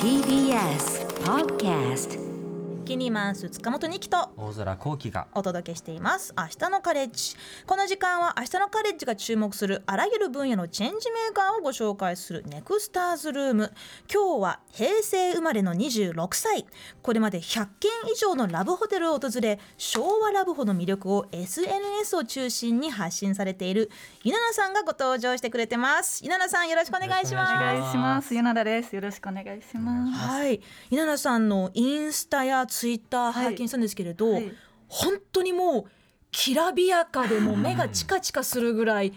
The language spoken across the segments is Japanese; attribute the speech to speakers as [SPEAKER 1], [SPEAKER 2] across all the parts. [SPEAKER 1] TBS Podcast キニマンス塚本二希と
[SPEAKER 2] 大空幸輝が
[SPEAKER 1] お届けしています明日のカレッジこの時間は明日のカレッジが注目するあらゆる分野のチェンジメーカーをご紹介するネクスターズルーム今日は平成生まれの26歳これまで100件以上のラブホテルを訪れ昭和ラブホの魅力を SNS を中心に発信されている稲奈さんがご登場してくれてます稲奈さんよろしくお願いします
[SPEAKER 2] よろしくお願いします
[SPEAKER 3] お願いします。ゆなだです。よろしくお願いします。
[SPEAKER 1] はい、稲奈さんのインスタやツイッター
[SPEAKER 3] はい
[SPEAKER 1] 拝見したんですけれど、
[SPEAKER 3] はい
[SPEAKER 1] 本当にもうきらびやかでもう目がチカチカするぐらい、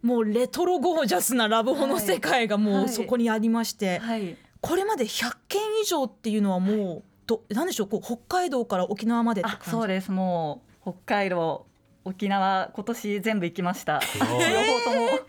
[SPEAKER 1] もうレトロゴージャスなラブホの世界がも
[SPEAKER 3] は
[SPEAKER 1] う
[SPEAKER 3] い
[SPEAKER 1] そこにありまして、
[SPEAKER 3] はい。
[SPEAKER 1] これまで100件以上っていうのはもう、どなんでしょうこう北海道から沖縄までって
[SPEAKER 3] あ
[SPEAKER 1] 感、じ
[SPEAKER 3] そうです。もう北海道、沖縄、今年全部行きました。両方とも。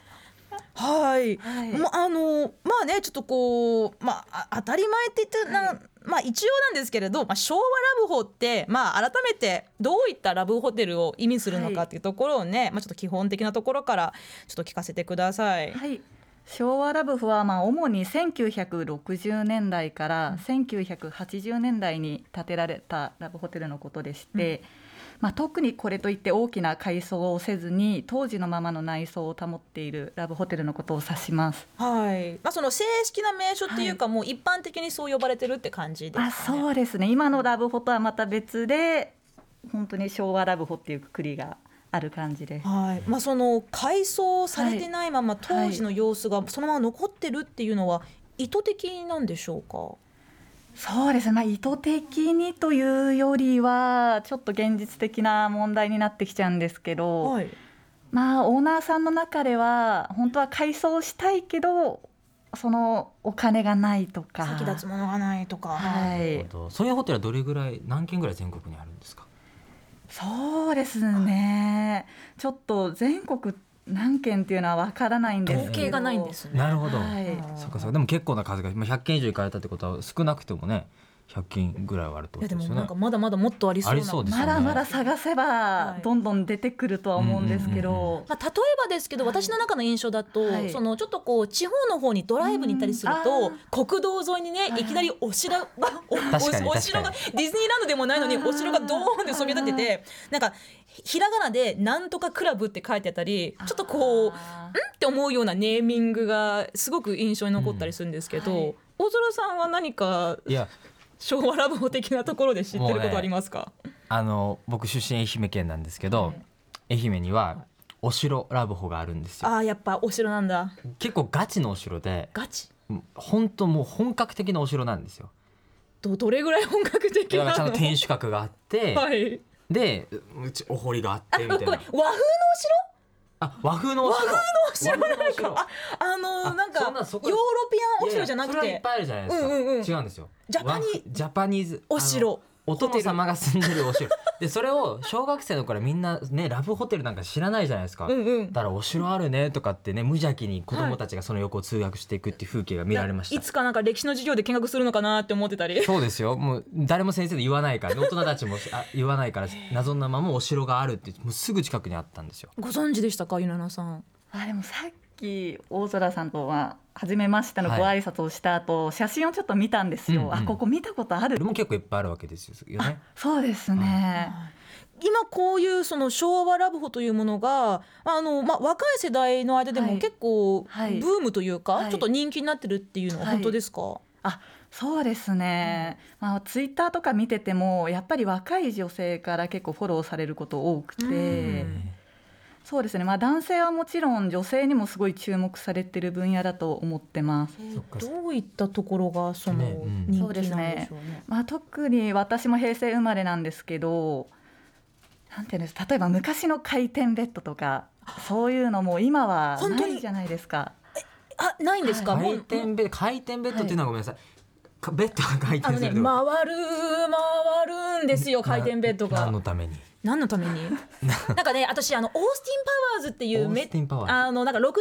[SPEAKER 1] はい、
[SPEAKER 3] はい
[SPEAKER 1] まあのまあねちょっとこう、まあ、あ当たり前って言ってな、まあ、一応なんですけれど、まあ、昭和ラブホって、まあ、改めてどういったラブホテルを意味するのか
[SPEAKER 3] はい
[SPEAKER 1] っていうところをね、まあ、ちょっと基本的なところからちょっと聞かせてください。
[SPEAKER 3] はい。昭和ラブフはまあ主に1960年代から1980年代に建てられたラブホテルのことでして、まあ、特にこれといって大きな改装をせずに当時のままの内装を保っているラブホテルのことを指します。
[SPEAKER 1] はいまあ、その正式な名所っていうか、もう一般的にそう呼ばれてるって感じですか、ね、
[SPEAKER 3] あそうですね今のラブホとはまた別で本当に昭和ラブホっていうくくりがある感じです。
[SPEAKER 1] はいまあ、その改装されてないまま当時の様子がそのまま残ってるっていうのは意図的なんでしょうか、
[SPEAKER 3] そうですね、まあ、意図的にというよりはちょっと現実的な問題になってきちゃうんですけど、
[SPEAKER 1] はい、
[SPEAKER 3] まあオーナーさんの中では本当は改装したいけどそのお金がないとか
[SPEAKER 1] 先立つものがないとか。
[SPEAKER 3] はい、
[SPEAKER 2] そういうホテルはどれぐらい何軒ぐらい全国にあるんですか
[SPEAKER 3] そうですねちょっと全国何件っていうのはわからないんですけど
[SPEAKER 1] 統計がないんですね。
[SPEAKER 2] なるほど、
[SPEAKER 3] はい
[SPEAKER 2] そっかそっかでも結構な数が、まあ、100件以上行かれたってことは少なくてもね100件ぐらいはあるって
[SPEAKER 1] い
[SPEAKER 2] こ
[SPEAKER 1] やで
[SPEAKER 2] と
[SPEAKER 1] も
[SPEAKER 2] ですよ
[SPEAKER 1] なん
[SPEAKER 2] ね
[SPEAKER 1] かまだまだもっとありそうな。
[SPEAKER 2] ありそうですよ
[SPEAKER 3] ま
[SPEAKER 2] ね
[SPEAKER 3] だまだ探せば
[SPEAKER 1] い
[SPEAKER 3] どんどん出てくるとは思うんですけど、
[SPEAKER 1] まあ、例えばですけど、
[SPEAKER 3] はい
[SPEAKER 1] 私の中の印象だと、
[SPEAKER 3] はい
[SPEAKER 1] そのちょっとこう地方の方にドライブに行ったりする
[SPEAKER 3] うん
[SPEAKER 1] と
[SPEAKER 3] あ、
[SPEAKER 1] 国道沿いにね
[SPEAKER 3] はい
[SPEAKER 1] いきなりお 城がおお
[SPEAKER 2] 確かに
[SPEAKER 1] お城がディ
[SPEAKER 2] 確
[SPEAKER 1] ズニーランドでもないのに
[SPEAKER 3] あー
[SPEAKER 1] お城がドーンってそびえ立っててなんかひらがなで「なんとかクラブ」って書いてあったりちょっとこう「ん?」
[SPEAKER 3] あ
[SPEAKER 1] って思うようなネーミングがすごく印象に残ったりするんですけど、
[SPEAKER 3] うんはい
[SPEAKER 1] 大空さんは何か
[SPEAKER 2] いや
[SPEAKER 1] 昭和ラブホ的なところで知ってることありますか、
[SPEAKER 2] あの僕出身愛媛県なんですけど、愛媛にはお城ラブホがあるんですよ
[SPEAKER 1] ああやっぱお城なんだ
[SPEAKER 2] 結構ガチのお城で
[SPEAKER 1] ガチ
[SPEAKER 2] 本当もう本格的なお城なんで すよ
[SPEAKER 1] どどれぐらい本格的
[SPEAKER 2] だか
[SPEAKER 1] な
[SPEAKER 2] らちゃん
[SPEAKER 1] の
[SPEAKER 2] と天守閣があって、
[SPEAKER 1] はい
[SPEAKER 2] でうちお堀があってみたい
[SPEAKER 1] ごめん和
[SPEAKER 2] な
[SPEAKER 1] 風のお城
[SPEAKER 2] あ和風のお城
[SPEAKER 1] お城
[SPEAKER 2] 和風のお城
[SPEAKER 1] ああのー
[SPEAKER 2] あ
[SPEAKER 1] なんか
[SPEAKER 2] そんなそこ
[SPEAKER 1] ヨーロピアンお城じゃなく
[SPEAKER 2] いやいやそれはいってぱいあるじゃないですか、
[SPEAKER 1] うんうんうん
[SPEAKER 2] 違うんですよ
[SPEAKER 1] ジャパニ
[SPEAKER 2] 和風ジャパニーズ
[SPEAKER 1] お城
[SPEAKER 2] あのお殿様が住んでるお城でそれを小学生の頃みんなねラブホテルなんか知らないじゃないですか、
[SPEAKER 1] うんうん
[SPEAKER 2] だからお城あるねとかってね無邪気に子供たちがその横を通学していくっていう風景が見られました、
[SPEAKER 1] いつかなんか歴史の授業で見学するのかなって思ってたり
[SPEAKER 2] そうですよもう誰も先生で言わないから、ね、大人たちもあ言わないから謎の名前もお城があるってもうすぐ近くにあったんですよ
[SPEAKER 1] ご存知でしたかゆななさん
[SPEAKER 3] ーあでもさっき大空さんとは初めましてのご挨拶をした後、写真をちょっと見たんですよ、
[SPEAKER 2] うんうん
[SPEAKER 3] あここ見たことある
[SPEAKER 2] それも結構いっぱいあるわけですよね
[SPEAKER 3] そうですね、
[SPEAKER 1] 今こういうその昭和ラブホというものがあの、まあ、若い世代の間で
[SPEAKER 3] は
[SPEAKER 1] も
[SPEAKER 3] い
[SPEAKER 1] 結構ブ
[SPEAKER 3] はい
[SPEAKER 1] ームというか、
[SPEAKER 3] はい
[SPEAKER 1] ちょっと人気になってるっていうのは
[SPEAKER 3] はい
[SPEAKER 1] 本当ですか、
[SPEAKER 3] あそうですね、まあ、ツイッターとか見ててもやっぱり若い女性から結構フォローされること多くて、
[SPEAKER 1] うん
[SPEAKER 3] そうですね、まあ、男性はもちろん女性にもすごい注目されてる分野だと思ってます。
[SPEAKER 1] えー
[SPEAKER 2] そっか
[SPEAKER 1] どういったところがその
[SPEAKER 2] ねうん
[SPEAKER 1] 人気なんでしょうね。
[SPEAKER 3] まあ、特に私も平成生まれなんですけどなんていうんです例えば昔の回転ベッドとかそういうのも今は
[SPEAKER 1] 本当
[SPEAKER 3] な
[SPEAKER 1] に
[SPEAKER 3] いじゃないですか。
[SPEAKER 1] あないんですか、も
[SPEAKER 2] 回
[SPEAKER 1] う
[SPEAKER 2] 転ベッド回転ベッドっていうのはごめんなさい、かベッドが回
[SPEAKER 1] あ
[SPEAKER 2] 転
[SPEAKER 1] の
[SPEAKER 2] す
[SPEAKER 1] ね回
[SPEAKER 2] る
[SPEAKER 1] る
[SPEAKER 2] とこ
[SPEAKER 1] 回るんですよ回転ベッド
[SPEAKER 2] な
[SPEAKER 1] が
[SPEAKER 2] 何のために
[SPEAKER 1] 何のため になんかね私あのオースティン・パワーズっていう
[SPEAKER 2] オー
[SPEAKER 1] め
[SPEAKER 2] スティンパワーズ
[SPEAKER 1] あのなんか60年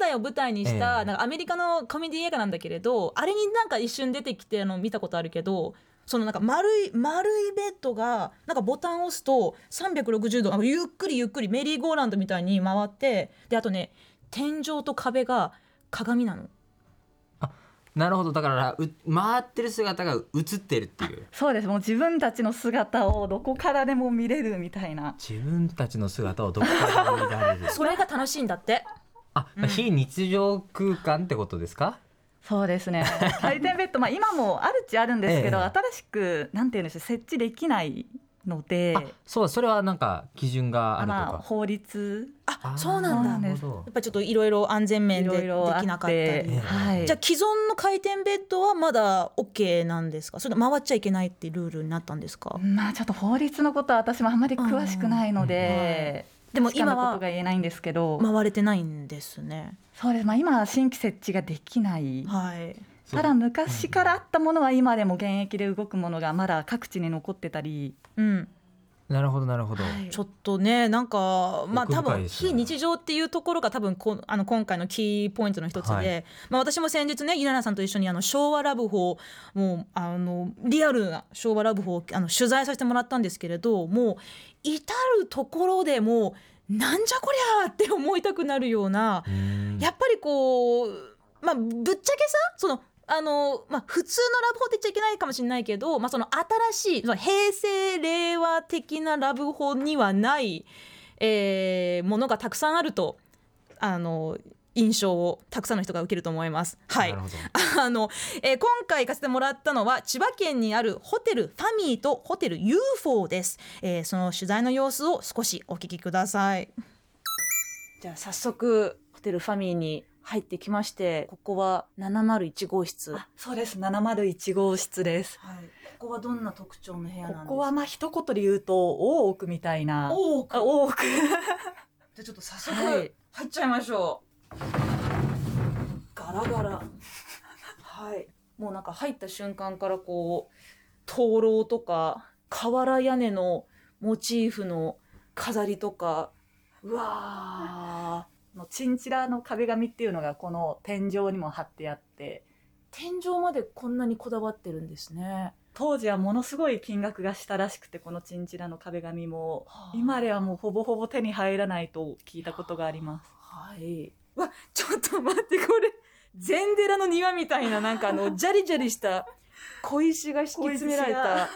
[SPEAKER 1] 代を舞台にした、
[SPEAKER 2] ええ
[SPEAKER 1] なんかアメリカのコメディ映画なんだけれどあれになんか一瞬出てきてあの見たことあるけどそのなんか丸い丸いベッドがなんかボタンを押すと360度あのゆっくりゆっくりメリーゴーランドみたいに回ってであとね天井と壁が鏡なの。
[SPEAKER 2] なるほどだからう回ってる姿が映ってるっていう
[SPEAKER 3] そうですもう自分たちの姿をどこからでも見れるみたいな
[SPEAKER 2] 自分たちの姿をどこからでも見られる
[SPEAKER 1] それが楽しいんだって
[SPEAKER 2] あ、まあ非日常空間ってことですか
[SPEAKER 3] そうですね回転ベッド、まあ、今もあるっちゃあるんですけど、
[SPEAKER 2] ええ
[SPEAKER 3] 新しくなんて言うんでしょう設置できないので
[SPEAKER 2] あそうだそれはなんか基準があると
[SPEAKER 3] まあ、
[SPEAKER 2] か
[SPEAKER 3] 法律
[SPEAKER 1] あ
[SPEAKER 2] あー
[SPEAKER 1] そうなんだ
[SPEAKER 3] そうなん
[SPEAKER 1] や
[SPEAKER 3] だ
[SPEAKER 2] るほど
[SPEAKER 1] っぱりちょっといろいろ安全
[SPEAKER 3] い
[SPEAKER 1] 面で
[SPEAKER 3] ろ
[SPEAKER 1] で
[SPEAKER 3] いろあ
[SPEAKER 1] きな
[SPEAKER 3] っ
[SPEAKER 1] かったり
[SPEAKER 3] て、はい、
[SPEAKER 1] じゃあ既存の回転ベッドはまだ OK なんですかそれとも回っちゃいけないってルールになったんですか、
[SPEAKER 3] まあちょっと法律のことは私もあんまり詳しくないので、
[SPEAKER 1] でも
[SPEAKER 3] 確かな
[SPEAKER 1] 今
[SPEAKER 3] こと
[SPEAKER 1] は
[SPEAKER 3] が言えないんですけど、
[SPEAKER 1] 回れてないんですね
[SPEAKER 3] そうです。まあ今は新規設置ができない。
[SPEAKER 1] はい
[SPEAKER 2] そう
[SPEAKER 3] ただ昔からあったものは今でも現役で動くものがまだ各地に残ってたり、
[SPEAKER 1] うん、
[SPEAKER 2] なるほどなるほど、
[SPEAKER 3] はい
[SPEAKER 1] ちょっとねなんかまあ
[SPEAKER 2] 奥
[SPEAKER 1] 多
[SPEAKER 2] 深い
[SPEAKER 1] 分
[SPEAKER 2] ですね
[SPEAKER 1] 非日常っていうところが多分こあの今回のキーポイントの一つで、
[SPEAKER 2] はい
[SPEAKER 1] まあ、私も先日ね稲田さんと一緒にあの昭和ラブホをもうあのリアルな昭和ラブホをあの取材させてもらったんですけれどもう至る所でもうなんじゃこりゃーって思いたくなるような
[SPEAKER 2] うーん
[SPEAKER 1] やっぱりこう、まあ、ぶっちゃけさそのあの、まあ、普通のラブホって言っちゃいけないかもしれないけど、まあ、その新しいその平成令和的なラブホにはない、えーものがたくさんあるとあの印象をたくさんの人が受けると思います。はい
[SPEAKER 2] なるほど
[SPEAKER 1] あの、えー今回行かせてもらったのは千葉県にあるホテルファミーとホテル UFO です、えーその取材の様子を少しお聞きください
[SPEAKER 4] じゃあ早速ホテルファミーに入ってきましてここは701号室、は
[SPEAKER 3] あそうです。701号室です。
[SPEAKER 4] い、ここはどんな特徴の部屋なん
[SPEAKER 3] こ
[SPEAKER 4] ですか
[SPEAKER 3] こはまあ一言で言うと大奥みたいな。
[SPEAKER 4] 多く
[SPEAKER 3] あ 大奥。
[SPEAKER 4] じゃあちょっと早速
[SPEAKER 3] はい
[SPEAKER 4] 入。っちゃいましょう、ガラガラはいもうなんか入った瞬間からこう灯籠とか瓦屋根のモチーフの飾りとかうわー
[SPEAKER 3] のチンチラの壁紙っていうのがこの天井にも貼ってあって。
[SPEAKER 4] 天井までこんなにこだわってるんですね
[SPEAKER 3] 当時はものすごい金額がしたらしくてこのチンチラの壁紙も
[SPEAKER 4] はあ
[SPEAKER 3] 今ではもうほぼほぼ手に入らないと聞いたことがあります
[SPEAKER 4] はい。うわ、ちょっと待って、これ、禅寺の庭みたいな、なんかあの、ジャリジャリした小石が引き詰められた、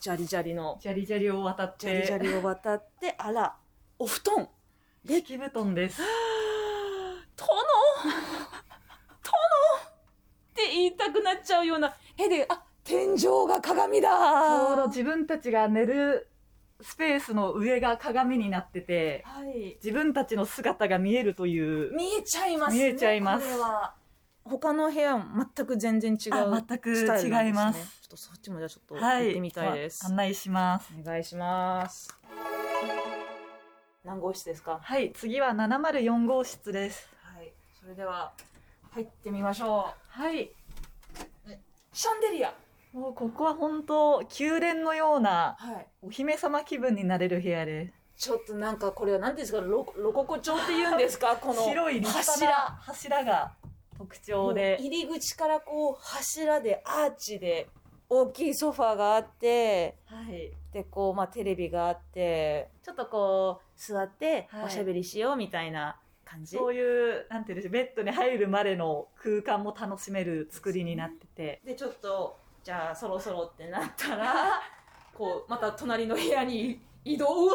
[SPEAKER 4] ジャリジャリの、
[SPEAKER 3] ジャリジャリを渡っ
[SPEAKER 4] ジャリジャ
[SPEAKER 3] て
[SPEAKER 4] リを渡って、あら、お布団。
[SPEAKER 3] 敷布団です
[SPEAKER 4] 殿殿って言いたくなっちゃうような、えで、あ、天井が鏡
[SPEAKER 3] ちょうど
[SPEAKER 4] だ
[SPEAKER 3] 自分たちが寝るスペースの上が鏡になってて
[SPEAKER 4] はい。
[SPEAKER 3] 自分たちの姿が見えるという
[SPEAKER 4] 見えちゃいますね。
[SPEAKER 3] 見えちゃいます
[SPEAKER 4] これは。
[SPEAKER 1] 他の部屋も全く全然違う
[SPEAKER 3] あ全く
[SPEAKER 1] スタイルなん
[SPEAKER 3] 違い
[SPEAKER 1] ですね
[SPEAKER 3] ます
[SPEAKER 4] ちょっとそっちもじゃあちょっと
[SPEAKER 3] は
[SPEAKER 4] 行
[SPEAKER 3] い
[SPEAKER 4] ってみたいです。
[SPEAKER 3] 案内します
[SPEAKER 4] お願いします。何号室ですか。
[SPEAKER 3] はい次は704号室です
[SPEAKER 4] はい。それでは入ってみましょ
[SPEAKER 3] はい
[SPEAKER 4] う。シャンデリア。
[SPEAKER 3] もうここは本当宮殿のような
[SPEAKER 4] はい。
[SPEAKER 3] お姫様気分になれる部屋です
[SPEAKER 4] ちょっとなんかこれは何ていうんですかロロココ調って言うんです かこの
[SPEAKER 3] 白い立派な
[SPEAKER 4] 柱
[SPEAKER 3] 柱が特
[SPEAKER 4] も
[SPEAKER 3] 徴
[SPEAKER 4] う
[SPEAKER 3] で
[SPEAKER 4] 入り口からこう柱でアーチで大きいソファーがあって
[SPEAKER 3] はい、
[SPEAKER 4] でこうまあテレビがあってちょっとこう座って
[SPEAKER 3] はい
[SPEAKER 4] おしゃべりしようみたいな感じ、
[SPEAKER 3] そういうなんていうんでしょうベッドに入るまでの空間も楽しめる作りになってて
[SPEAKER 4] でちょっとじゃあそろそろってなったら こうまた隣の部屋に移動うわ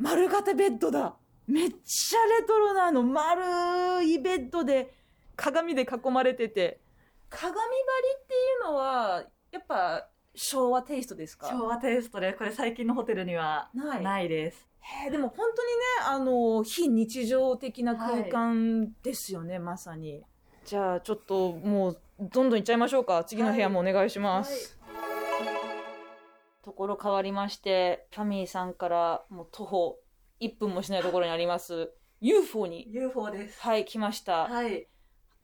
[SPEAKER 4] 丸型ベッドだ
[SPEAKER 1] めっちゃレトロなあの丸いベッドで鏡で囲まれてて
[SPEAKER 4] 鏡張りっていうのはやっぱ昭和テイストですか
[SPEAKER 3] 昭和テイストでこれ最近のホテルには
[SPEAKER 4] ない
[SPEAKER 3] ないです、
[SPEAKER 4] へえでも本当にねあの非日常的な空間ですよね、まさにじゃあちょっともうどんどん行っちゃいましょうか次の部屋もお願いします、ところ変わりましてファミーさんからもう徒歩1分もしないところにあります UFO に
[SPEAKER 3] UFO です
[SPEAKER 4] はい来ました
[SPEAKER 3] はい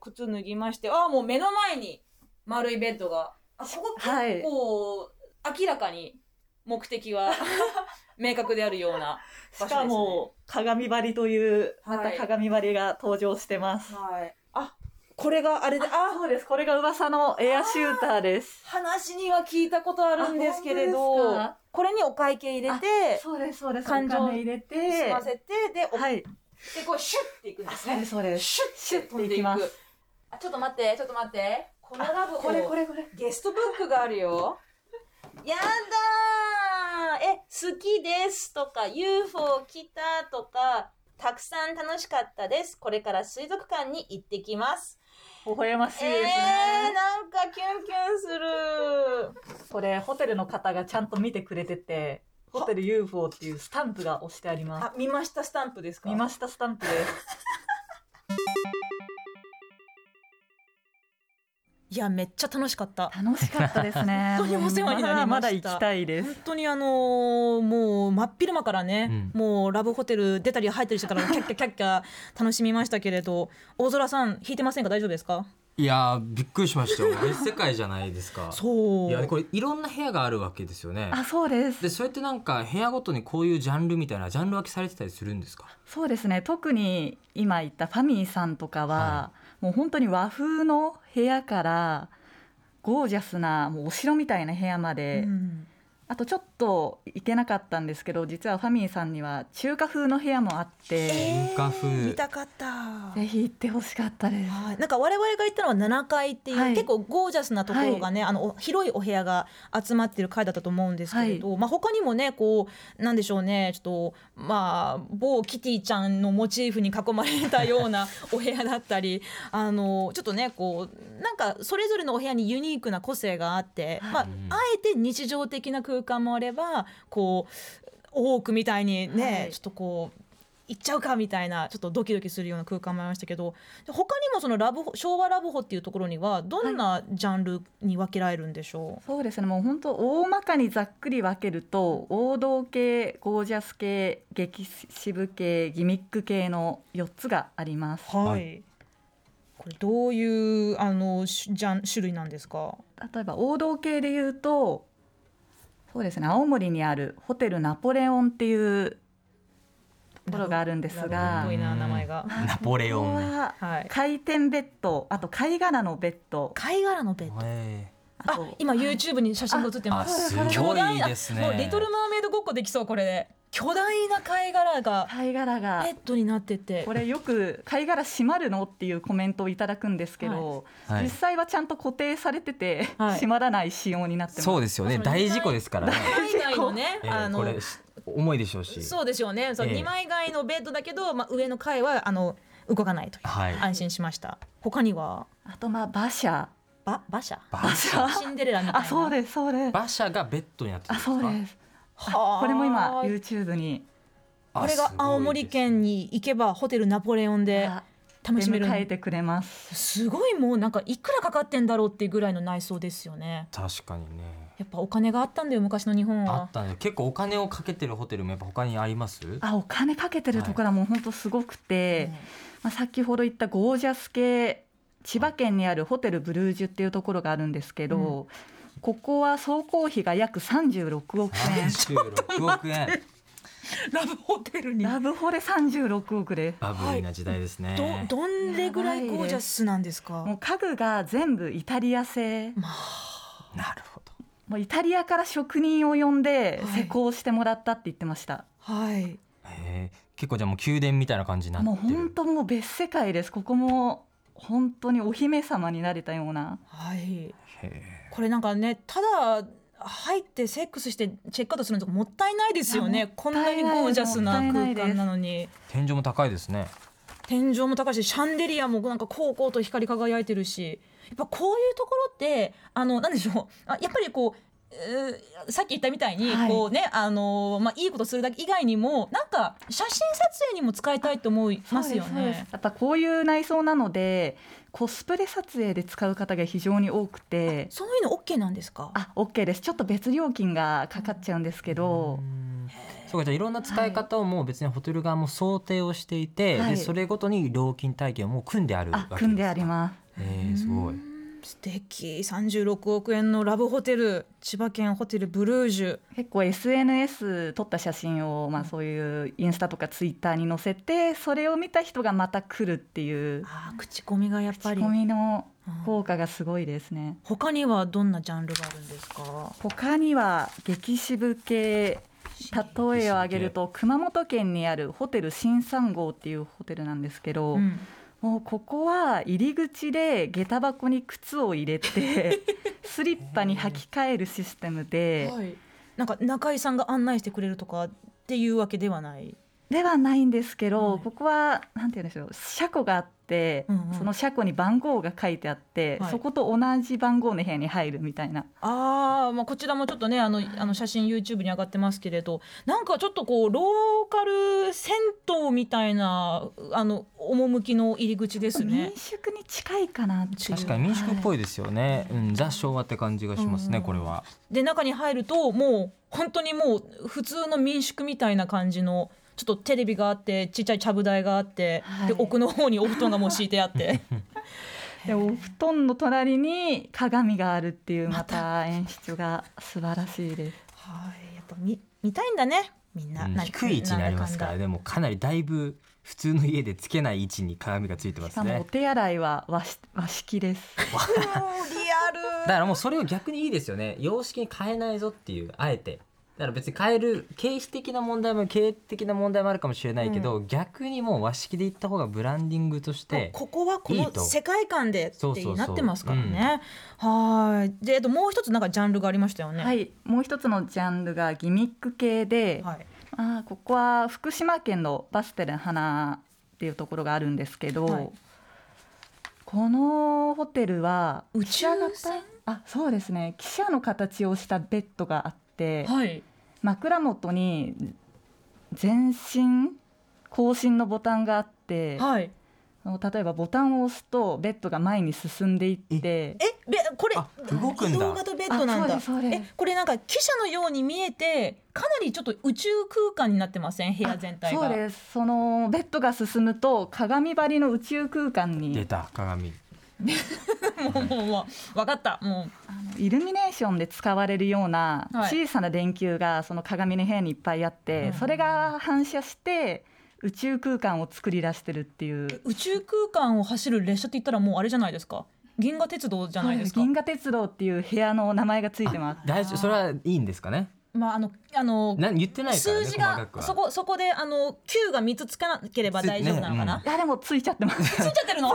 [SPEAKER 4] 靴脱ぎましてああもう目の前に丸いベッドがあここ結
[SPEAKER 3] はい
[SPEAKER 4] 構明らかに目的 は明確であるような
[SPEAKER 3] しかも鏡張りという
[SPEAKER 4] は
[SPEAKER 3] ま
[SPEAKER 4] い
[SPEAKER 3] た鏡張りが登場してます、
[SPEAKER 4] はいあこれがあれであ
[SPEAKER 3] そうですこれが噂のエアシューターです
[SPEAKER 4] 話には聞いたことあるんですけれ
[SPEAKER 3] あ本
[SPEAKER 4] ど
[SPEAKER 3] 当ですか
[SPEAKER 4] これにお会計入れて
[SPEAKER 3] そうですそうです
[SPEAKER 4] 感情
[SPEAKER 3] お金入れて
[SPEAKER 4] 済ませてで,お、
[SPEAKER 3] はい
[SPEAKER 4] でこうシュッていくんですね
[SPEAKER 3] そうで
[SPEAKER 4] シュッて飛んでい
[SPEAKER 3] シュッていきま
[SPEAKER 4] く
[SPEAKER 3] す
[SPEAKER 4] あちょっと待ってちょっと待ってこのラブこれこれこれゲストブックがあるよ やだーえ好きですとか UFO 来たとかたくさん楽しかったですこれから水族館に行ってきます
[SPEAKER 3] 微笑ましいですね、
[SPEAKER 4] えー、なんかキュンキュンする
[SPEAKER 3] これホテルの方がちゃんと見てくれててホテル UFO っていうスタンプが押してあります
[SPEAKER 4] あ見ましたスタンプですか
[SPEAKER 3] 見ましたスタンプです
[SPEAKER 1] いやめっちゃ楽しかった
[SPEAKER 3] 楽しかったですね
[SPEAKER 1] 本当にお世話になりました
[SPEAKER 3] もうだだ行きたいです
[SPEAKER 1] 本当にあのーもう真っ昼間からね、
[SPEAKER 2] う
[SPEAKER 1] もうラブホテル出たり入ったりしてたらキャッキャキャッキャ楽しみましたけれど大空さん弾いてませんか大丈夫ですか
[SPEAKER 2] いやーびっくりしましたよ別世界じゃないです か
[SPEAKER 1] そう
[SPEAKER 2] いやこれいろんな部屋があるわけですよね
[SPEAKER 3] あそうです
[SPEAKER 2] でそうやってなんか部屋ごとにこういうジャンルみたいなジャンル分けされてたりするんですか
[SPEAKER 3] そうですね特に今言ったファミーさんとかは、
[SPEAKER 2] は
[SPEAKER 3] もう本当に和風の部屋からゴージャスなもうお城みたいな部屋まで、
[SPEAKER 1] うん
[SPEAKER 3] あとちょっと行けなかったんですけど実はファミーさんには中華風の部屋もあって、
[SPEAKER 2] 文化風
[SPEAKER 1] 見たかったは
[SPEAKER 3] ぜひ行ってほしかったです。
[SPEAKER 1] い、なんか我々が行ったのは7階っていう、
[SPEAKER 3] はい
[SPEAKER 1] 結構ゴージャスなところがね、あのお広いお部屋が集まってる階だったと思うんですけれど、まあ、他にもねこうなんでしょうねちょっとまあ某キティちゃんのモチーフに囲まれたよう なお部屋だったりあのちょっとねこうなんかそれぞれのお部屋にユニークな個性があって、まあ、あえて日常的な空間もあればこう多くみたいにね、
[SPEAKER 3] はい
[SPEAKER 1] ちょっとこう行っちゃうかみたいなちょっとドキドキするような空間もありましたけど他にもそのラブホ昭和ラブホっていうところにはどんなジャンルに分けられるんでしょ
[SPEAKER 3] そうですねもう本当大まかにざっくり分けると王道系ゴージャス系激渋系ギミック系の4つがあります
[SPEAKER 1] う、は
[SPEAKER 2] はい
[SPEAKER 1] いこれどういうあのしジャン種類なんですか
[SPEAKER 3] 例えば王道系で言うとそうですね青森にあるホテルナポレオンっていうところがあるんです
[SPEAKER 1] ラブホっ
[SPEAKER 3] が
[SPEAKER 1] ぽ
[SPEAKER 3] こ
[SPEAKER 1] いな名前が、
[SPEAKER 2] ナポレ
[SPEAKER 3] こ
[SPEAKER 2] オンね
[SPEAKER 3] は
[SPEAKER 1] はい、
[SPEAKER 3] 回転ベッドあと貝殻のベッド
[SPEAKER 1] 貝殻のベッド
[SPEAKER 2] へ
[SPEAKER 3] あ
[SPEAKER 1] あ
[SPEAKER 3] と
[SPEAKER 1] 今 YouTube に写真が写って
[SPEAKER 2] ーあ
[SPEAKER 1] ます
[SPEAKER 2] すごいです ね
[SPEAKER 1] もうリトルマーメイドごっこできそうこれで巨大な貝殻が
[SPEAKER 3] 貝殻が
[SPEAKER 1] ベッドになってて
[SPEAKER 3] これよく貝殻閉まるのっていうコメントをいただくんですけど、
[SPEAKER 2] はい
[SPEAKER 3] 実際はちゃんと固定されてて、
[SPEAKER 1] はい
[SPEAKER 3] 閉まらない仕様になってます。
[SPEAKER 2] そうですよね大事故ですからね、
[SPEAKER 1] 海外のね、
[SPEAKER 2] えー
[SPEAKER 1] あの
[SPEAKER 2] これし重いでしょうし
[SPEAKER 1] そうでしょうね。そう
[SPEAKER 2] ええ
[SPEAKER 1] 二枚替えのベッドだけど、まあ上の階はあの動かないという。
[SPEAKER 2] はい
[SPEAKER 1] 安心しました。他には
[SPEAKER 3] あとまあ馬車
[SPEAKER 1] バ馬 車
[SPEAKER 2] 馬車
[SPEAKER 1] シンデレラみたいな。
[SPEAKER 3] あそうですそうです
[SPEAKER 2] 馬車がベッドになってたん
[SPEAKER 3] あ
[SPEAKER 2] ですか
[SPEAKER 3] そうです
[SPEAKER 1] はあ
[SPEAKER 3] これも今 YouTube に
[SPEAKER 2] あ
[SPEAKER 1] これが青森県に行けばホテルナポレオンで
[SPEAKER 3] あ
[SPEAKER 1] 楽
[SPEAKER 3] 出
[SPEAKER 1] しめる
[SPEAKER 3] 迎えてくれます。
[SPEAKER 1] すごいもうなんかいくらかかってんだろうっていうぐらいの内装ですよね
[SPEAKER 2] すごいですね確かにね
[SPEAKER 1] やっぱお金があったんだよ昔の日本
[SPEAKER 2] あ
[SPEAKER 1] は
[SPEAKER 2] ったね結構お金をかけてるホテルもやっぱ他にあります
[SPEAKER 3] あお金かけてるところはもう本当すごくて、
[SPEAKER 1] うん
[SPEAKER 3] まあ、先ほど言ったゴージャス系千葉県にあるホテルブルージュっていうところがあるんですけど、ここは総工費が約36億円
[SPEAKER 2] 36億円
[SPEAKER 1] ラブホテルに
[SPEAKER 3] ラブホで36億で
[SPEAKER 2] バブリーな時代ですね、
[SPEAKER 1] どどんでぐらいゴージャスなんですか
[SPEAKER 3] もう家具が全部イタリア製
[SPEAKER 2] なるほど
[SPEAKER 3] もうイタリアから職人を呼んで
[SPEAKER 1] はい
[SPEAKER 3] 施工してもらったって言ってました、
[SPEAKER 1] はい
[SPEAKER 2] へえ結構じゃあもう宮殿みたいな感じになってる
[SPEAKER 3] もう本当もう別世界ですここも本当にお姫様になれたような
[SPEAKER 1] はい
[SPEAKER 2] へ
[SPEAKER 1] これなんかねただ入ってセックスしてチェックアウトするのとかもったいないですよ
[SPEAKER 3] いや
[SPEAKER 1] ね
[SPEAKER 3] も
[SPEAKER 1] こ
[SPEAKER 3] っ
[SPEAKER 1] ん
[SPEAKER 3] た
[SPEAKER 1] ない
[SPEAKER 3] ない
[SPEAKER 1] にゴージャスな
[SPEAKER 3] もったいな
[SPEAKER 1] 空
[SPEAKER 3] いです
[SPEAKER 1] 間なのに
[SPEAKER 2] え天井も高いですね
[SPEAKER 1] 天井も高いしシャンデリアもなんかこうこうと光り輝いてるしやっぱこういうところってあのなんでしょうあやっぱりこううーさっき言ったみたいに、
[SPEAKER 3] はい
[SPEAKER 1] い、こうねあのまあいいことするだけ以外にもなんか写真撮影にも使いたいと思いますよ
[SPEAKER 3] そうですそうで
[SPEAKER 1] ね
[SPEAKER 3] す。やっぱこういう内装なのでコスプレ撮影で使う方が非常に多くて
[SPEAKER 1] そういうの OK なんですか
[SPEAKER 3] あ OK ですちょっと別料金がかかっちゃうんですけど
[SPEAKER 2] うんそうかじゃあいろんな使い方をもう別にホテル側も想定をしていて、
[SPEAKER 3] はい
[SPEAKER 2] でそれごとに料金体験をもう組んであるわけで
[SPEAKER 3] あ
[SPEAKER 2] すか
[SPEAKER 3] 組んであります
[SPEAKER 2] えー、すごい。
[SPEAKER 1] 素敵36億円のラブホテル千葉県ホテルブルージュ
[SPEAKER 3] 結構 SNS 撮った写真を、まあ、そういうインスタとかツイッターに載せてそれを見た人がまた来るっていう
[SPEAKER 1] あー口コミがやっぱ
[SPEAKER 3] 口
[SPEAKER 1] り
[SPEAKER 3] コミの
[SPEAKER 1] うん
[SPEAKER 3] 効果がすごいですね
[SPEAKER 1] 他にはどんなジャンルがあるんですか
[SPEAKER 3] 他には激渋系例えを挙げると熊本県にあるホテル新三号っていうホテルなんですけど、
[SPEAKER 1] うん
[SPEAKER 3] もうここは入り口で下駄箱に靴を入れてスリッパに履き替えるシステムで
[SPEAKER 4] はい、
[SPEAKER 1] なんか中井さんが案内してくれるとかっていうわけではない。
[SPEAKER 3] ではないんですけど、
[SPEAKER 1] はい
[SPEAKER 3] ここはなんて言うんでしょう車庫があって、
[SPEAKER 1] うんうん
[SPEAKER 3] その車庫に番号が書いてあって、
[SPEAKER 1] はい
[SPEAKER 3] そこと同じ番号の部屋に入るみたいな
[SPEAKER 1] ああ、まあこちらもちょっとねあのあの写真 YouTube に上がってますけれど、なんかちょっとこうローカル銭湯みたいなあの趣の入り口ですね
[SPEAKER 3] 民。宿に近いかなっていう
[SPEAKER 2] 確かに民宿っぽいですよね、うん、ザ昭和って感じがしますね、
[SPEAKER 1] うん
[SPEAKER 2] これは
[SPEAKER 1] で中に入るともう本当にもう普通の民宿みたいな感じの。ちょっとテレビがあってちっちゃいちゃぶ台があって、
[SPEAKER 3] はい
[SPEAKER 1] で奥の方にお布団がもう敷いてあって
[SPEAKER 3] でお布団の隣に鏡があるっていうまた演出が素晴らしいです。
[SPEAKER 1] はいやっぱ見見たいんだねみんな、
[SPEAKER 2] うん
[SPEAKER 1] なんか
[SPEAKER 2] 低い位置にありますか
[SPEAKER 1] な
[SPEAKER 2] ら
[SPEAKER 1] んだ
[SPEAKER 2] でもかなりだいぶ普通の家でつけない位置に鏡がついてま
[SPEAKER 3] し
[SPEAKER 2] す
[SPEAKER 3] かも
[SPEAKER 2] ね
[SPEAKER 3] お手洗いは和し和式です。
[SPEAKER 1] かんだリア
[SPEAKER 2] だ
[SPEAKER 1] ル
[SPEAKER 2] からもうそれを逆にいいですよね様式に変えないぞっていうあえてだから別に変える経費的な問題も経営的な問題もあるかもしれないけど、逆にもう和式で行った方がブランディングとして
[SPEAKER 1] ここはこ
[SPEAKER 2] い
[SPEAKER 1] の
[SPEAKER 2] いと
[SPEAKER 1] 世界観で
[SPEAKER 2] そう
[SPEAKER 1] っ
[SPEAKER 2] そう
[SPEAKER 1] て
[SPEAKER 2] そう
[SPEAKER 1] なってますからね。はい。で、えっともう一つなんかジャンルがありましたよね。
[SPEAKER 3] は。い、もう一つのジャンルがギミック系で、
[SPEAKER 1] はい。
[SPEAKER 3] あーここは福島県のバステル花っていうところがあるんですけど、
[SPEAKER 1] はい
[SPEAKER 3] このホテルは
[SPEAKER 1] 宇宙
[SPEAKER 3] 汽車
[SPEAKER 1] 船
[SPEAKER 3] 型あそうですね汽車の形をしたベッドがあって
[SPEAKER 4] はい、
[SPEAKER 3] 枕元に全身後進のボタンがあって、
[SPEAKER 4] はい、
[SPEAKER 3] あの例えばボタンを押すとベッドが前に進んでいって
[SPEAKER 1] え、べこれ
[SPEAKER 2] あ動くんだ
[SPEAKER 1] 移動型ベッドなんだ
[SPEAKER 3] あ。そうですそう
[SPEAKER 1] え
[SPEAKER 3] です、
[SPEAKER 1] これなんか汽車のように見えてかなりちょっと宇宙空間になってません部屋全体が。
[SPEAKER 3] そうですそのベッドが進むと鏡張りの宇宙空
[SPEAKER 2] 出
[SPEAKER 3] 間に
[SPEAKER 2] た鏡
[SPEAKER 1] もうもうもうわかった。も
[SPEAKER 3] あのイルミネーションで使われるような
[SPEAKER 1] はい
[SPEAKER 3] 小さな電球がその鏡の部屋にいっぱいあって、
[SPEAKER 1] うん
[SPEAKER 3] それが反射して宇宙空間を作り出してるっていう
[SPEAKER 1] う宇宙空間を走る列車って言ったらもうあれじゃないですか。銀河鉄道じゃないですか。
[SPEAKER 3] 銀河鉄道っていう部屋の名前がついてます。
[SPEAKER 2] 大丈夫それはいいんですかね
[SPEAKER 1] まああのあの
[SPEAKER 2] なん言ってないから
[SPEAKER 1] 数
[SPEAKER 2] ね
[SPEAKER 1] 字
[SPEAKER 2] 細
[SPEAKER 1] が
[SPEAKER 2] かくは
[SPEAKER 1] そこそこであの Q が三つつかなければ大丈夫なのかな。
[SPEAKER 2] つ
[SPEAKER 3] いやでもついちゃってます。
[SPEAKER 1] ついちゃって るの。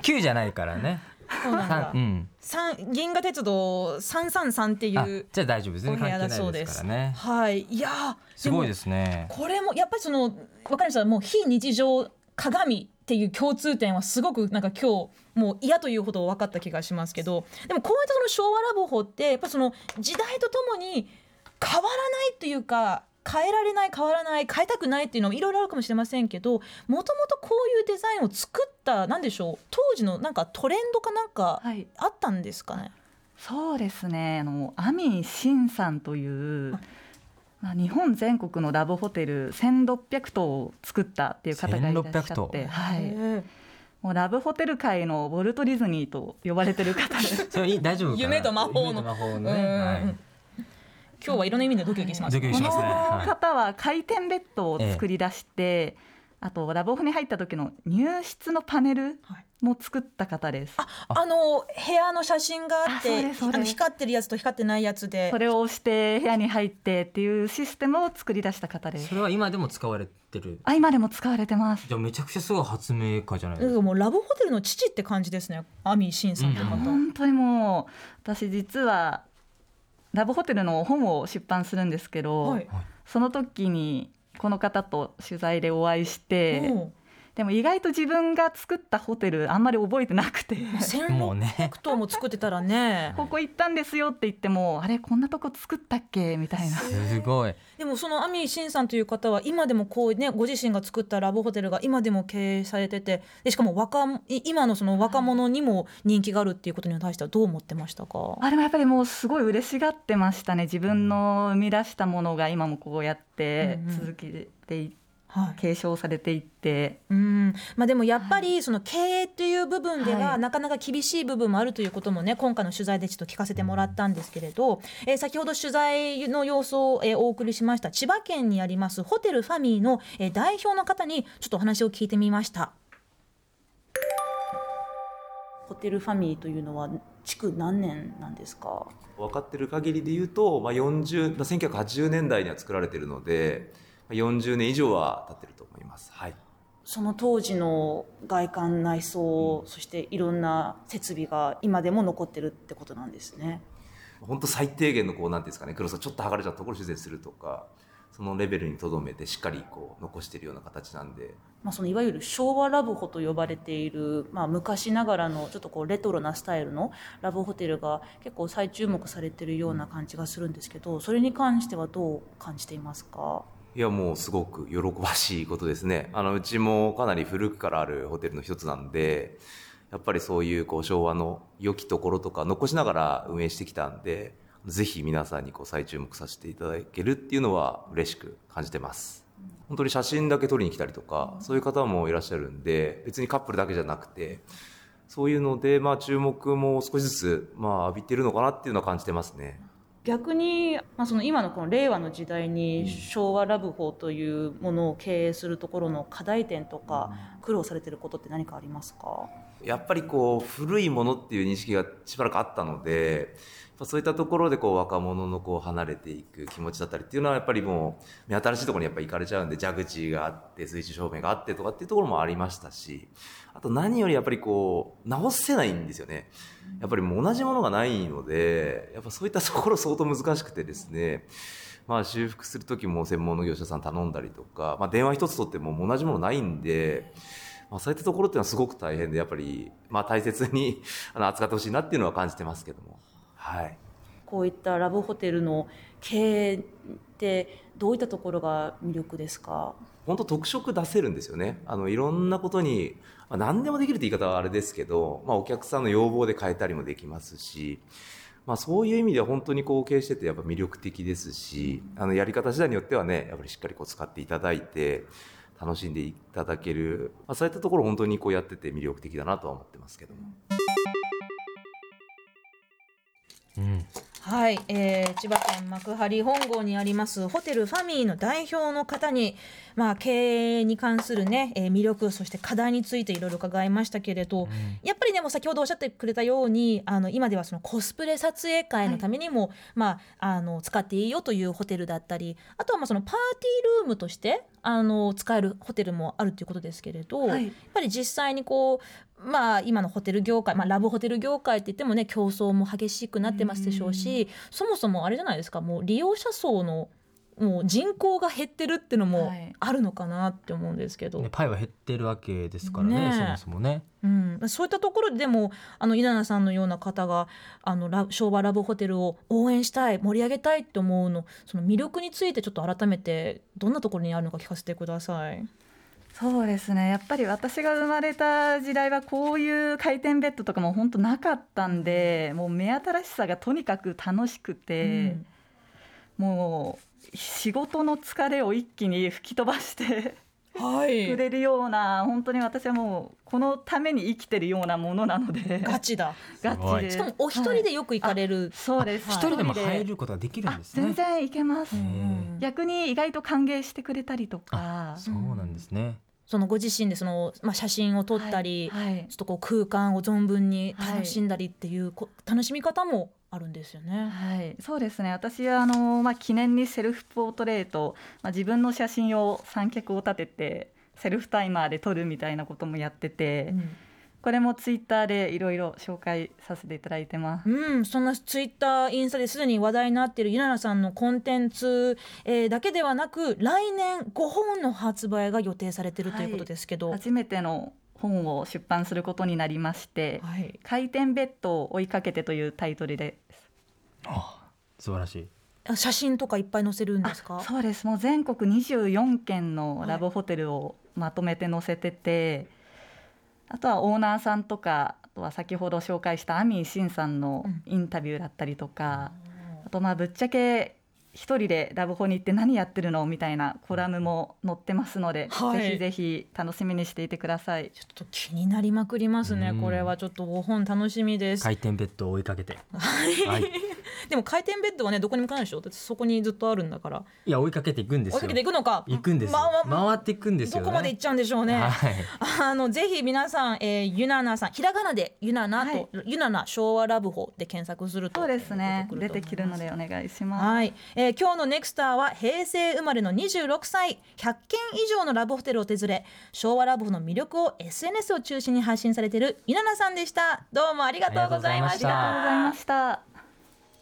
[SPEAKER 2] 9じゃないからね
[SPEAKER 1] そうなんだ
[SPEAKER 2] 三うん
[SPEAKER 1] 三銀河鉄道三三三ってい
[SPEAKER 2] あ
[SPEAKER 1] う。
[SPEAKER 2] じゃあ大丈夫です
[SPEAKER 1] お
[SPEAKER 2] ね
[SPEAKER 1] 部
[SPEAKER 2] 関係
[SPEAKER 1] 屋
[SPEAKER 2] な
[SPEAKER 1] だそう
[SPEAKER 2] い
[SPEAKER 1] で
[SPEAKER 2] ですすからね
[SPEAKER 1] はい。いやー。
[SPEAKER 2] すごいですすね
[SPEAKER 1] もこれもやっぱりそのわかりましたもう非日常鏡っていう共通点はすごくなんか今日もう嫌というほど分かった気がしますけど、でもこういったその昭和ラブホってやっぱその時代とともに変わらないというか。変えられない変わらない変えたくないっていうのもいろいろあるかもしれませんけどもともとこういうデザインを作ったなんでしょう当時のなんかトレンドかなんか
[SPEAKER 3] はい。
[SPEAKER 1] あったんですかね。
[SPEAKER 3] そうですね。あのアミンシンさんという。まあ、日本全国のラブホテル1600棟を作ったっていう方がいらっしゃっ
[SPEAKER 2] 1600
[SPEAKER 3] て、はい、
[SPEAKER 1] へ
[SPEAKER 3] もうラブホテル界のウォルト・ディズニーと呼ばれて る方です
[SPEAKER 2] それいい大丈夫かな
[SPEAKER 1] 夢と魔法の
[SPEAKER 2] 夢と魔法のね
[SPEAKER 1] うん
[SPEAKER 2] はい
[SPEAKER 1] え今日はいろんな意味でドキドキしま
[SPEAKER 2] ド
[SPEAKER 1] す
[SPEAKER 2] キ
[SPEAKER 1] ね。
[SPEAKER 2] ド
[SPEAKER 3] こ
[SPEAKER 2] キしま
[SPEAKER 3] の
[SPEAKER 2] すねはい
[SPEAKER 3] 方は回転ベッドを作り出して、あとラブホに入った時の入室のパネル
[SPEAKER 1] はい
[SPEAKER 3] も作った方です、
[SPEAKER 1] あの部屋の写真があっ
[SPEAKER 3] あそう
[SPEAKER 1] て、
[SPEAKER 3] ですそうです
[SPEAKER 1] あの光ってるやつと光ってないやつで
[SPEAKER 3] そ。れを押して部屋に入ってっていうシステムを作り出した方です
[SPEAKER 2] それは今でも使われてる
[SPEAKER 3] あ今でも使われてます
[SPEAKER 2] じゃあめちゃくちゃすごい発明家じゃない
[SPEAKER 1] な
[SPEAKER 2] で
[SPEAKER 1] ん
[SPEAKER 2] す
[SPEAKER 1] か
[SPEAKER 2] か
[SPEAKER 1] もうラブホテルの父って感じですね。アミーシンさんって方。
[SPEAKER 3] 本当にもう私実はラブホテルの本を出版するんですけど、
[SPEAKER 1] はい。
[SPEAKER 3] その時にこの方と取材でお会いして
[SPEAKER 1] も
[SPEAKER 3] でも意外と自分が作ったホテルあんまり覚えてなく て
[SPEAKER 1] う千
[SPEAKER 2] もう
[SPEAKER 1] 六
[SPEAKER 2] ね
[SPEAKER 1] 百棟も作ってたらね。
[SPEAKER 3] ここ行ったんですよって言ってもあれこんなとこ作ったっけみたいな
[SPEAKER 2] すごい
[SPEAKER 1] でもそのアミーシンさんという方は今でもこうねご自身が作ったラブホテルが今でも経営されてて、でしかも若もい今のその若者にも人気があるっていうことに対してはどう思ってましたか。
[SPEAKER 3] あれもやっぱりもうすごい嬉しがってましたね自分の生み出したものが今もこうやって
[SPEAKER 1] うんうん
[SPEAKER 3] 続けてい
[SPEAKER 1] はい。
[SPEAKER 3] 継承されていって
[SPEAKER 1] うんまあ、でもやっぱりその経営っていう部分で
[SPEAKER 3] は
[SPEAKER 1] はいなかなか厳しい部分もあるということもね今回の取材でちょっと聞かせてもらったんですけれど、えー先ほど取材の様子を、えーお送りしました千葉県にありますホテルファミーの、えー代表の方にちょっとお話を聞いてみました。
[SPEAKER 4] ホテルファミリーというのは築何年なんですか。
[SPEAKER 5] 分かってる限りで言うと、まあ、40まあ1980年代には作られてるのでまあ40年以上は経ってると思います。はい
[SPEAKER 4] その当時の外観内装、そしていろんな設備が今でも残ってるってことなんですね。
[SPEAKER 5] 本当最低限のこうなんていうんですかね黒さちょっと剥がれちゃったところを修繕するとかそのレベルにとどめてしっかりこう残してるような形なんで
[SPEAKER 4] まあ、そのいわゆる昭和ラブホと呼ばれている、まあ、昔ながらのちょっとこうレトロなスタイルのラブホテルが結構再注目されてるような感じがするんですけどそれに関してはどう感じていますか
[SPEAKER 5] いやもうすごく喜ばしいことですねあ のうちもかなり古くからあるホテルの一つなんでやっぱりそういうこう昭和の良きところとか残しながら運営してきたんでぜひ皆さんにこう再注目させていただけるっていうのは嬉しく感じてます本当に写真だけ撮りに来たりとかそういう方もいらっしゃるんで別にカップルだけじゃなくてそういうのでまあ注目も少しずつまあ浴びてるのかなっていうのは感じてますね
[SPEAKER 4] 逆に、まあ、その今のこの令和の時代に昭和ラブホというものを経営するところの課題点とか苦労されてることって何かありますか
[SPEAKER 5] やっぱりこう古いものっていう認識がしばらくあったのでやっぱそういったところでこう若者のこう離れていく気持ちだったりっていうのはやっぱりもう目新しいところにやっぱ行かれちゃうんで蛇口があって水中照明があってとかっていうところもありましたしあと何よりやっぱりこう直せないんですよねやっぱりもう同じものがないのでやっぱそういったところ相当難しくてですねまあ、修復する時も専門の業者さん頼んだりとか、まあ、電話一つ取ってももう同じものないんで、まあ、そういったところっていうのはすごく大変でやっぱり、まあ、大切にあの扱ってほしいなっていうのは感じてますけども。はい
[SPEAKER 4] こういったラブホテルの経営ってどういったところが魅力ですか
[SPEAKER 5] 本当特色出せるんですよねあのいろんなことに、まあ、何でもできるって言い方はあれですけど、まあ、お客さんの要望で変えたりもできますし、まあ、そういう意味では本当にこう経営しててやっぱ魅力的ですしあのやり方次第によってはねやっぱりしっかりこう使っていただいて楽しんでいただける、まあ、そういったところ本当にこうやってて魅力的だなとは思ってますけども。
[SPEAKER 2] うん、
[SPEAKER 1] はい、えー千葉県幕張本郷にありますホテルファミーの代表の方に、まあ、経営に関する、ねえー魅力そして課題についていろいろ伺いましたけれど、やっぱりねもう先ほどおっしゃってくれたようにあの今ではそのコスプレ撮影会のためにも、まあ、あの使っていいよというホテルだったりあとはまあそのパーティールームとしてあの使えるホテルもあるということですけれど、
[SPEAKER 3] はい
[SPEAKER 1] やっぱり実際にこう、まあ、今のホテル業界、まあ、ラブホテル業界って言ってもね競争も激しくなってますでしょうし、そもそもあれじゃないですかもう利用者層のもう人口が減ってるってのも
[SPEAKER 3] はい
[SPEAKER 1] あるのかなって思うんですけど、
[SPEAKER 2] ねパイは減ってるわけですからね
[SPEAKER 1] ねえ
[SPEAKER 2] そもそもね
[SPEAKER 1] うん、そういったところででもあの稲奈さんのような方があのラ昭和ラブホテルを応援したい盛り上げたいと思うのその魅力についてちょっと改めてどんなところにあるのか聞かせてください。
[SPEAKER 3] そうですねやっぱり私が生まれた時代はこういう回転ベッドとかも本当なかったんでもう目新しさがとにかく楽しくて、もう仕事の疲れを一気に吹き飛ばして
[SPEAKER 1] は
[SPEAKER 3] く
[SPEAKER 1] い
[SPEAKER 3] れるような本当に私はもうこのために生きてるようなものなので
[SPEAKER 1] ガチだ
[SPEAKER 3] ガチで
[SPEAKER 1] しかもお一人でよく行かれる、
[SPEAKER 3] そうです
[SPEAKER 2] 一人でも
[SPEAKER 3] 一
[SPEAKER 2] 入ることができるん
[SPEAKER 3] あ
[SPEAKER 2] ですね
[SPEAKER 3] 全然いけます、
[SPEAKER 2] へえ
[SPEAKER 1] うん
[SPEAKER 3] 逆に意外と歓迎してくれたりとか
[SPEAKER 2] そうなんですね
[SPEAKER 1] そのご自身でその、まあ、写真を撮ったり、
[SPEAKER 3] はいはい
[SPEAKER 1] ちょっとこう空間を存分に楽しんだりっていう、こ楽しみ方もあるんですよね。
[SPEAKER 3] はい、そうですね私はあの、まあ、記念にセルフポートレート、まあ、自分の写真を三脚を立ててセルフタイマーで撮るみたいなこともやってて、
[SPEAKER 1] うん
[SPEAKER 3] これもツイッターでいろいろ紹介させていただいてます。
[SPEAKER 1] うん、そんなツイッター、インスタですでに話題になっているゆななさんのコンテンツ、えーだけではなく、来年5本の発売が予定されているということですけど、はい
[SPEAKER 3] 初めての本を出版することになりまして「回転ベッドを追いかけて」というタイトルです。
[SPEAKER 2] あ素晴らしい
[SPEAKER 1] あ写真とかいっぱい載せるんですか
[SPEAKER 3] そうですもう全国24軒のラブホテルをまとめて載せてて、あとはオーナーさんとかあとは先ほど紹介したアミン・シンさんの
[SPEAKER 1] うん
[SPEAKER 3] インタビューだったりとか、あとまあぶっちゃけ一人でラブホに行って何やってるのみたいなコラムも載ってますので、
[SPEAKER 1] はい
[SPEAKER 3] ぜひぜひ楽しみにしていてください。
[SPEAKER 1] ちょっと気になりまくりますね、
[SPEAKER 2] うん
[SPEAKER 1] これはちょっと5本楽しみです。
[SPEAKER 2] 回転ベッドを追いかけてはい
[SPEAKER 1] でも回転ベッドはねどこにも行かないでしょだってそこにずっとあるんだから
[SPEAKER 2] いや追いかけていくんです
[SPEAKER 1] 追い
[SPEAKER 2] よ
[SPEAKER 1] かけていくのか
[SPEAKER 2] 行くんですよ
[SPEAKER 1] まあまあ
[SPEAKER 2] 回っていくんですよ
[SPEAKER 1] ど
[SPEAKER 2] ね
[SPEAKER 1] こまで行っちゃうんでしょうね、
[SPEAKER 2] はい
[SPEAKER 1] あのぜひ皆さん、えー、ゆななさんひらがなでゆななと、ゆなな昭和ラブホで検索すると
[SPEAKER 3] そうですね
[SPEAKER 1] えー
[SPEAKER 3] 出て
[SPEAKER 1] く
[SPEAKER 3] き
[SPEAKER 1] と
[SPEAKER 3] る
[SPEAKER 1] 思いま
[SPEAKER 3] の
[SPEAKER 1] す
[SPEAKER 3] でお願いします
[SPEAKER 1] はい、えー今日のネクスターは平成生まれの26歳100件以上のラブホテルを訪れ昭和ラブホの魅力を SNS を中心に発信されている稲奈さんでしたどうもありがとうございまし
[SPEAKER 2] ありがとうございました
[SPEAKER 3] ありがとうございました